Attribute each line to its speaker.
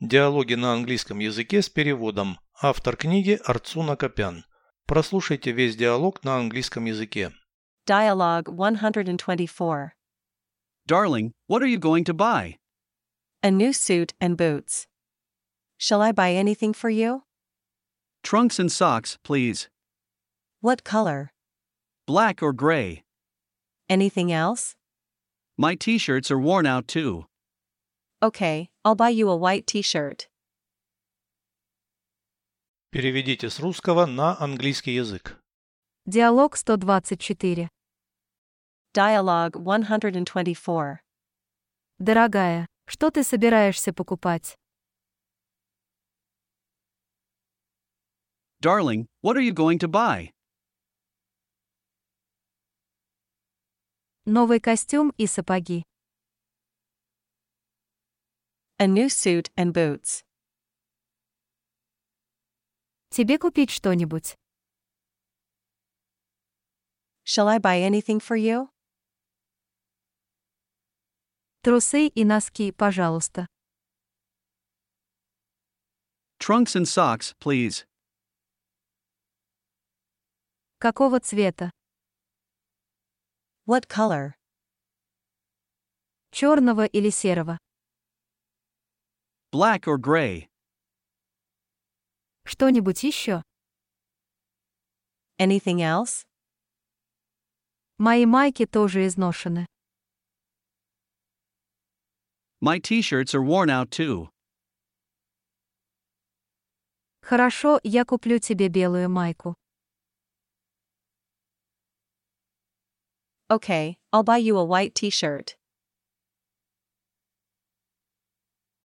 Speaker 1: Диалоги на английском языке с переводом. Автор книги Арцуна Копян. Прослушайте весь диалог на английском языке.
Speaker 2: Dialogue 124.
Speaker 3: Darling, what are you going to buy?
Speaker 2: A new suit and boots. Shall I buy anything for you?
Speaker 3: Trunks and socks, please.
Speaker 2: What color?
Speaker 3: Black or gray.
Speaker 2: Anything else?
Speaker 3: My t shirts are worn out too.
Speaker 2: Okay, I'll buy you a white t shirt.
Speaker 1: Переведите с русского на английский язык.
Speaker 4: Диалог 124.
Speaker 2: Dialogue 124.
Speaker 4: Дорогая, что ты собираешься покупать?
Speaker 3: Darling, what are you going to buy?
Speaker 4: Новый костюм и сапоги.
Speaker 2: A new suit and boots.
Speaker 4: Тебе купить что-нибудь?
Speaker 2: Shall I buy anything for you?
Speaker 4: Трусы и носки, пожалуйста.
Speaker 3: Trunks and socks, please.
Speaker 4: Какого цвета?
Speaker 2: What color?
Speaker 4: Черного или серого?
Speaker 3: Black or gray.
Speaker 4: Что-нибудь еще?
Speaker 2: Anything else?
Speaker 4: Мои майки тоже изношены.
Speaker 3: My t shirts are worn out too.
Speaker 4: Хорошо, я куплю тебе белую майку.
Speaker 2: Okay, I'll buy you a white t shirt.